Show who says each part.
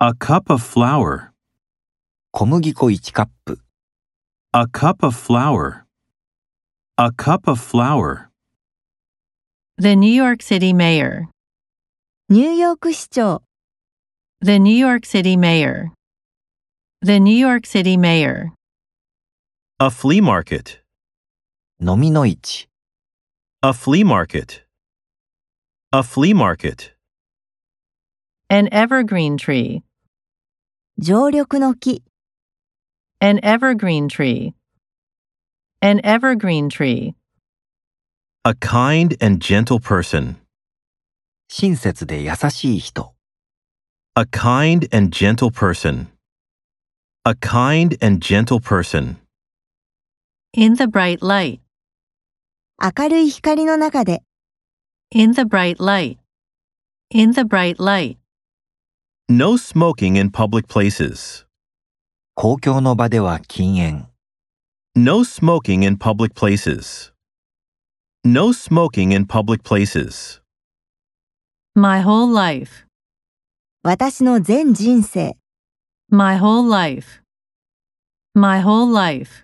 Speaker 1: A cup of flour.
Speaker 2: 小麦粉1カップ、
Speaker 1: A cup of flour. A cup of flour.
Speaker 3: The New York City Mayor.
Speaker 4: ニューヨーク市長、
Speaker 3: The New York City Mayor. The New York City Mayor.
Speaker 1: A flea market.
Speaker 2: 飲みの市、
Speaker 1: A flea market. A flea market.
Speaker 3: An evergreen tree.
Speaker 4: 常緑の木、
Speaker 3: An evergreen tree. An evergreen tree.
Speaker 1: A kind and gentle person.
Speaker 2: 親切で優しい人、
Speaker 1: A kind and gentle person. A kind and gentle person.
Speaker 3: In the bright light.
Speaker 4: 明るい光の中で、
Speaker 3: In the bright light. In the bright light.
Speaker 1: No smoking in public places.
Speaker 2: 公共の場では禁煙、
Speaker 1: No smoking in public places. No smoking in public places.
Speaker 3: My whole life.
Speaker 4: 私の全人生。
Speaker 3: My whole life. My whole life.